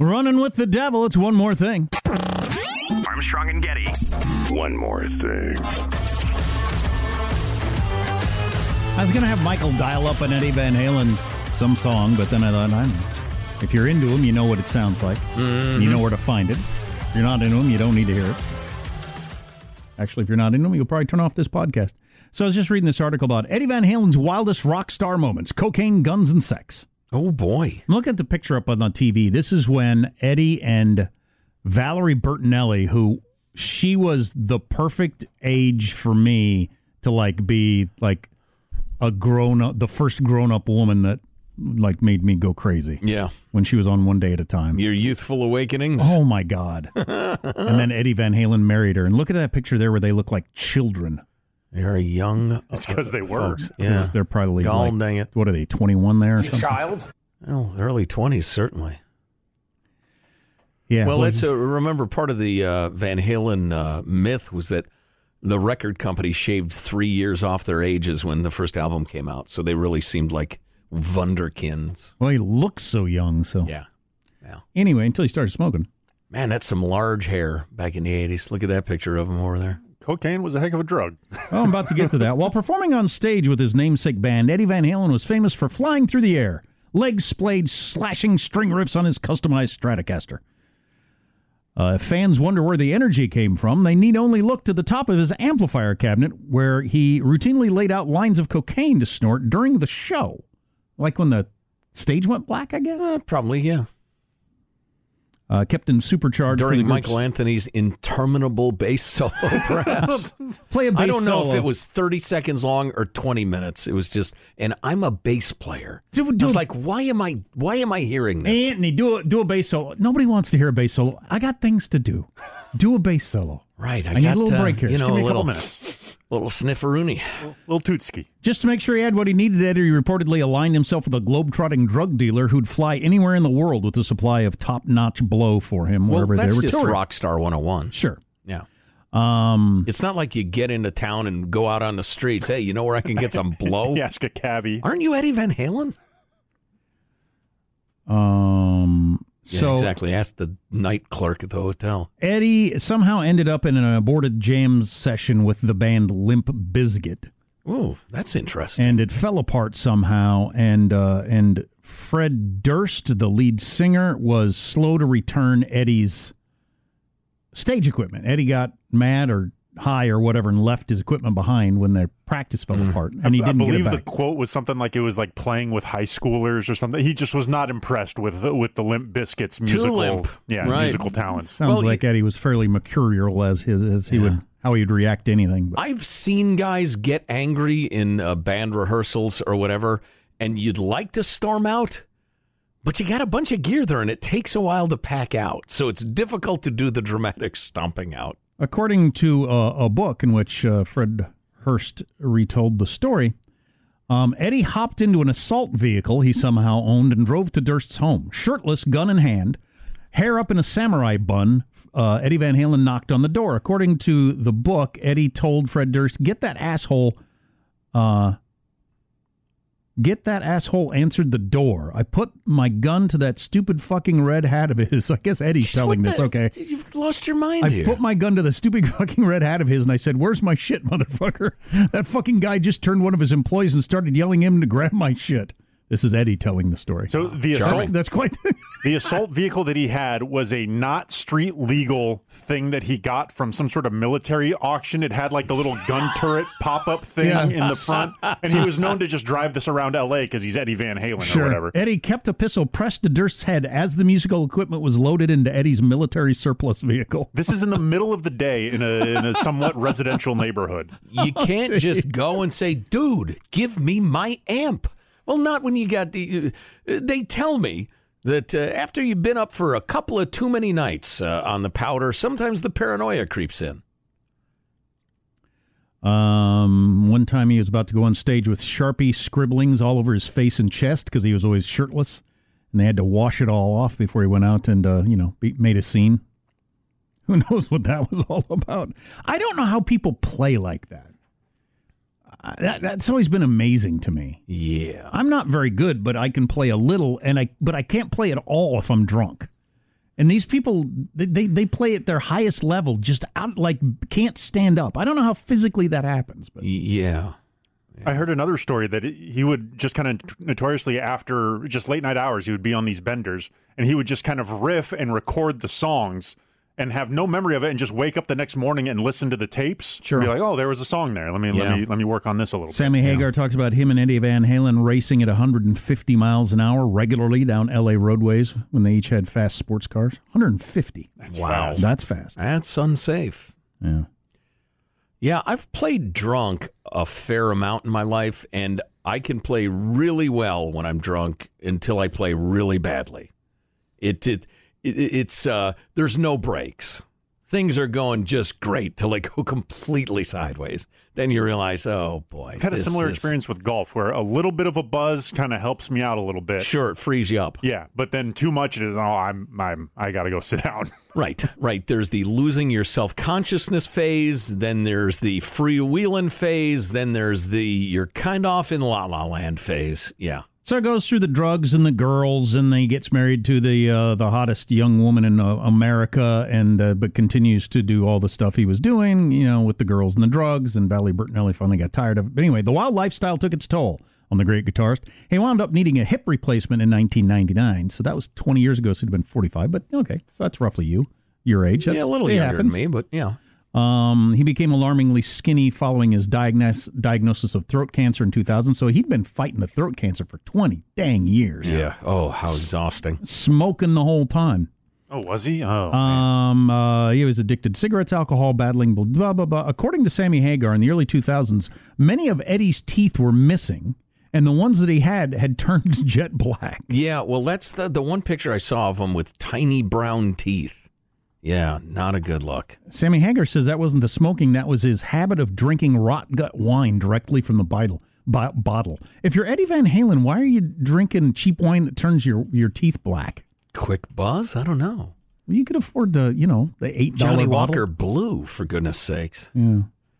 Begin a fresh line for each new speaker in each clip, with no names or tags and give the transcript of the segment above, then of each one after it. Running with the devil, it's one more thing.
Armstrong and Getty.
One more thing.
I was going to have Michael dial up an Eddie Van Halen's some song, but then I thought, I don't know. If you're into him, you know what it sounds like. You know where to find it. If you're not into him, you don't need to hear it. Actually, if you're not into him, you'll probably turn off this podcast. So I was just reading this article about Eddie Van Halen's wildest rock star moments cocaine, guns, and sex.
Oh boy.
I'm looking at the picture up on the TV. This is when Eddie and Valerie Bertinelli, who she was the perfect age for me to like be like a grown up, the first grown up woman that like made me go crazy
Yeah.
when she was on One Day at a Time.
Your youthful awakenings.
Oh my God. and then Eddie Van Halen married her. And look at that picture there where they look like children.
They're a young. uh,
That's 'cause they were.
folks.
'Cause
Yeah.
They're probably
God
like,
dang it.
what are they, 21 there or something?
Child.
Well, early 20s, certainly.
Yeah.
well,
boy,
that's a, remember part of the uh, Van Halen uh, myth was that the record company shaved three years off their ages when the first album came out. So they really seemed like Wunderkins.
well, he looks so young. So
Yeah.
anyway, until he started smoking.
Man, that's some large hair back in the 80s. Look at that picture of him over there.
Cocaine was a heck of a drug.
Well, I'm about to get to that. While performing on stage with his namesake band, Eddie Van Halen was famous for flying through the air, legs splayed, slashing string riffs on his customized Stratocaster. Uh, if fans wonder where the energy came from, they need only look to the top of his amplifier cabinet, where he routinely laid out lines of cocaine to snort during the show, like when the stage went black. I guess
Uh, probably, yeah.
uh, kept him supercharged for
During
the group's-
Michael Anthony's interminable bass solo, perhaps.
Play a bass
I don't know if
solo.
it was 30 seconds long or 20 minutes. It was just, and I'm a bass player.
Do-
I
do-
was like, why am I, why am I hearing this?
Anthony, do a do a bass solo. Nobody wants to hear a bass solo. I got things to do. Do a bass solo.
right. I,
need a
got,
little
uh,
break here.
You
Just
know,
give
a
me
A couple
little,
minutes.
little snifferoonie.
Little Tootski.
Just to make sure he had what he needed, Eddie reportedly aligned himself with a globe-trotting drug dealer who'd fly anywhere in the world with a supply of top-notch blow for him
Well,
wherever
that's
they were
just
touring.
Rockstar 101.
Sure.
Yeah.
Um,
It's not like you get into town and go out on the streets. Hey, you know where I can get some blow?
Oh.
You ask a cabbie.
Aren't you Eddie Van Halen?
um,
Yeah,
so
exactly. Ask the night clerk at the hotel.
Eddie somehow ended up in an aborted jam session with the band Limp Bizkit.
Ooh, that's interesting.
and it fell apart somehow. And uh, and Fred Durst, the lead singer, was slow to return Eddie's stage equipment. Eddie got mad or high or whatever and left his equipment behind when their practice fell apart, and he
Mm. I
didn't
believe
get
the
it back.
quote was something like it was like playing with high schoolers or something. He just was not impressed with the, with the Limp Biscuits musical,
limp.
yeah,
Right.
musical talents.
Sounds
Well,
like Eddie was fairly mercurial as his as he would how he'd react to anything. But
I've seen guys get angry in uh, band rehearsals or whatever, and you'd like to storm out, but you got a bunch of gear there, and it takes a while to pack out. So it's difficult to do the dramatic stomping out.
According to uh, a book in which uh, Fred Hurst retold the story, um, Eddie hopped into an assault vehicle he somehow owned and drove to Durst's home, shirtless, gun in hand, hair up in a samurai bun. Uh, Eddie Van Halen knocked on the door. According to the book, Eddie told Fred Durst, "Get that asshole." Uh, Get that asshole answered the door. I put my gun to that stupid fucking red hat of his. I guess Eddie's
Just
telling this,
what the-
okay?
You've lost your mind
I
here.
put my gun to the stupid fucking red hat of his and I said, Where's my shit, motherfucker? That fucking guy just turned one of his employees and started yelling at him to grab my shit. This is Eddie telling the story.
So the
that's,
assault
that's quite.
the assault vehicle that he had was a not street legal thing that he got from some sort of military auction. It had like the little gun turret pop up thing
Yeah.
in the front, and he was known to just drive this around L.A. because he's Eddie Van Halen or whatever.
Eddie kept a pistol pressed to Durst's head as the musical equipment was loaded into Eddie's military surplus vehicle.
This is in the middle of the day in a in a somewhat residential neighborhood.
You can't just go and say, dude, give me my amp. Well, not when you got the. uh, They tell me that uh, after you've been up for a couple of too many nights uh, on the powder, sometimes the paranoia creeps in.
Um, one time he was about to go on stage with Sharpie scribblings all over his face and chest because he was always shirtless, and they had to wash it all off before he went out and uh, you know be, made a scene. Who knows what that was all about? I don't know how people play like that. I, that that's always been amazing to me.
Yeah.
I'm not very good, but I can play a little, and I but I can't play at all if I'm drunk. And these people, they, they, they play at their highest level, just out like can't stand up. I don't know how physically that happens, but
Yeah.
I heard another story that he would just kind of notoriously after just late night hours, he would be on these benders and he would just kind of riff and record the songs and have no memory of it and just wake up the next morning and listen to the tapes.
Sure.
Be like, oh, there was a song there. Let me
Yeah.
let me let me work on this a little bit.
Sammy Hagar talks about him and Eddie Van Halen racing at 150 miles an hour regularly down LA roadways when they each had fast sports cars. 150. That's
Wow. fast.
That's fast.
That's unsafe.
Yeah.
Yeah, I've played drunk a fair amount in my life, and I can play really well when I'm drunk until I play really badly. It, it, it it's uh, there's no breaks. Things are going just great till they go completely sideways. Then you realize, oh boy,
I've had a
this
similar
is-
experience with golf where a little bit of a buzz kind of helps me out a little bit.
Sure, it frees you up.
Yeah, but then too much it is. Oh, I'm I'm I gotta go sit down.
Right, right. There's the losing your self consciousness phase. Then there's the freewheeling phase. Then there's the you're kind of off in la la land phase. Yeah.
So it goes through the drugs and the girls, and then he gets married to the uh, the hottest young woman in uh, America, and uh, but continues to do all the stuff he was doing, you know, with the girls and the drugs. And Valerie Bertinelli finally got tired of it. But anyway, the wild lifestyle took its toll on the great guitarist. He wound up needing a hip replacement in 1999, so that was 20 years ago. So he'd been 45, but okay, so that's roughly you, your age. That's,
yeah, a little
it
younger
happens.
than me, but yeah.
Um, he became alarmingly skinny following his diagnos- diagnosis of throat cancer in 2000. So he'd been fighting the throat cancer for 20 dang years.
Yeah. Oh, how exhausting.
Smoking the whole time.
Oh, was he? Oh,
Um, uh, he was addicted to cigarettes, alcohol, battling, blah, blah, blah, blah. According to Sammy Hagar, in the early 2000s, many of Eddie's teeth were missing, and the ones that he had had turned jet black.
Yeah. Well, that's the the one picture I saw of him with tiny brown teeth. Yeah, not a good look.
Sammy Hagar says that wasn't the smoking, that was his habit of drinking rot gut wine directly from the bottle. Bo- bottle. If you're Eddie Van Halen, why are you drinking cheap wine that turns your, your teeth black?
Quick buzz? I don't know.
Well, you could afford the, you know, the eight
Johnny
dollar
Walker Blue, for goodness sakes.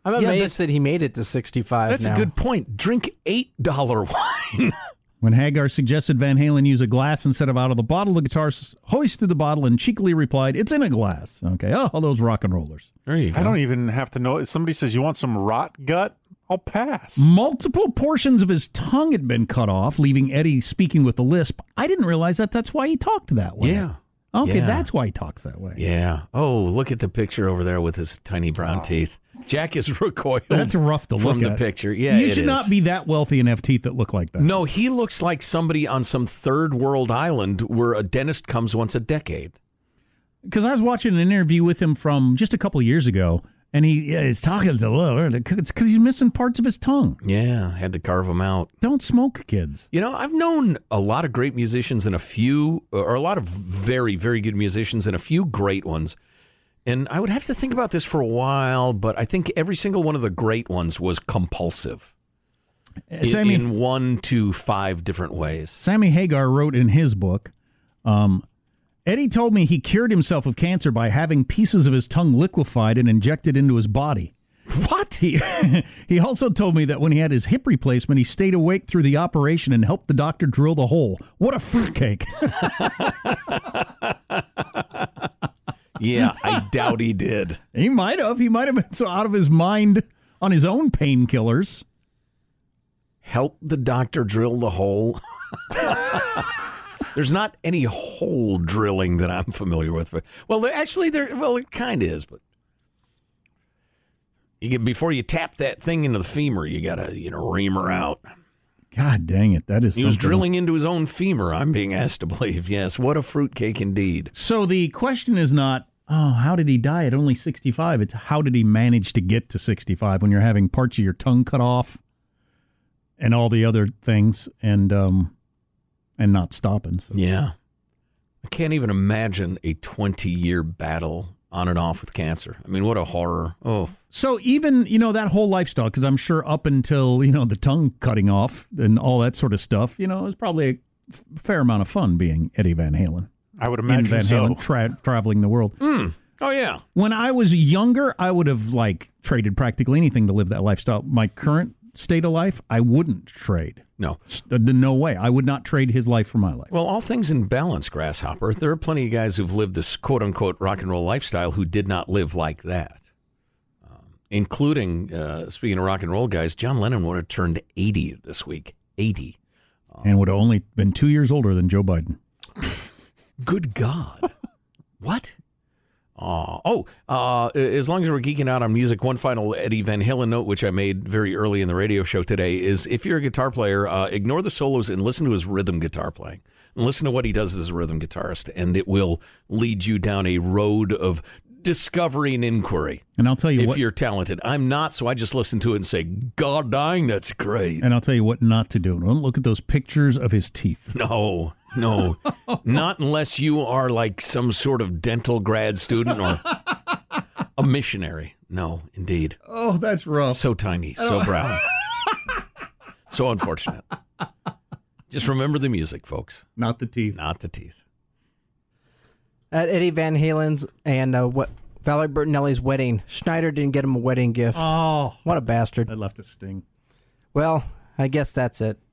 I'm
Yeah,
amazed
that's-
that he made it to 65.
That's
now.
a good point. Drink eight dollar wine.
When Hagar suggested Van Halen use a glass instead of out of the bottle, the guitarist hoisted the bottle and cheekily replied, "It's in a glass." Okay, oh, those rock and rollers.
There you go.
I don't even have to know. If somebody says you want some rot gut, I'll pass.
Mm. Multiple portions of his tongue had been cut off, leaving Eddie speaking with a lisp. I didn't realize that. That's why he talked that way.
yeah.
Okay,
Yeah.
that's why he talks that way.
Yeah. Oh, look at the picture over there with his tiny brown teeth. Jack is recoiled.
That's rough to look
from the
at.
picture. Yeah,
you
it
should not
is.
be that wealthy and have teeth that look like that.
No, he looks like somebody on some third world island where a dentist comes once a decade.
because I was watching an interview with him from just a couple of years ago, and he yeah, is talking to love because he's missing parts of his tongue.
Yeah, had to carve them out.
Don't smoke, kids.
You know, I've known a lot of great musicians and a few, or a lot of very, very good musicians and a few great ones. And I would have to think about this for a while, but I think every single one of the great ones was compulsive in,
Sammy,
in one to five different ways.
Sammy Hagar wrote in his book, um, Eddie told me he cured himself of cancer by having pieces of his tongue liquefied and injected into his body. What? He, he also told me that when he had his hip replacement, he stayed awake through the operation and helped the doctor drill the hole. What a fruitcake.
Yeah, I doubt he did.
He might have. He might have been so out of his mind on his own painkillers.
Help the doctor drill the hole. There's not any hole drilling that I'm familiar with. But, well, there- actually, there. Well, it kind of is, but you get before you tap that thing into the femur, you gotta you know ream her out.
God dang it. That is
He was
something.
drilling into his own femur. I'm being asked to believe. Yes, what a fruitcake indeed.
So the question is not, oh, how did he die at only 65? It's how did he manage to get to 65 when you're having parts of your tongue cut off and all the other things and um and not stopping. So.
Yeah, I can't even imagine a 20 year battle on and off with cancer. I mean, what a horror. Oh.
So even, you know, that whole lifestyle cuz I'm sure up until, you know, the tongue cutting off and all that sort of stuff, you know, it was probably a f- fair amount of fun being Eddie Van Halen.
I would
and
imagine
Van
so.
Halen tra- traveling the world.
Oh yeah.
When I was younger, I would have like traded practically anything to live that lifestyle. My current current state of life, I wouldn't trade.
No.
S- uh, No way. I would not trade his life for my life.
Well, all things in balance, Grasshopper. There are plenty of guys who've lived this quote unquote rock and roll lifestyle who did not live like that, um, including, uh, speaking of rock and roll guys, John Lennon would have turned 80 this week. 80.
and would have only been two years older than Joe Biden.
Good God. what? Uh, oh, uh, as long as we're geeking out on music, one final Eddie Van Halen note, which I made very early in the radio show today, is if you're a guitar player, uh, ignore the solos and listen to his rhythm guitar playing. And listen to what he does as a rhythm guitarist, and it will lead you down a road of discovery and inquiry
And I'll tell you
if
what.
you're talented. I'm not, so I just listen to it and say, God dang, that's great.
And I'll tell you what not to do. Don't look at those pictures of his teeth.
No, no, not unless you are like some sort of dental grad student or a missionary. No, indeed.
Oh, that's rough.
So tiny, so brown, so unfortunate. Just remember the music, folks,
Not the teeth.
not the teeth.
At Eddie Van Halen's and uh, what Valerie Bertinelli's wedding, Schneider didn't get him a wedding gift.
Oh,
What a bastard.
I left a sting.
Well, I guess that's it.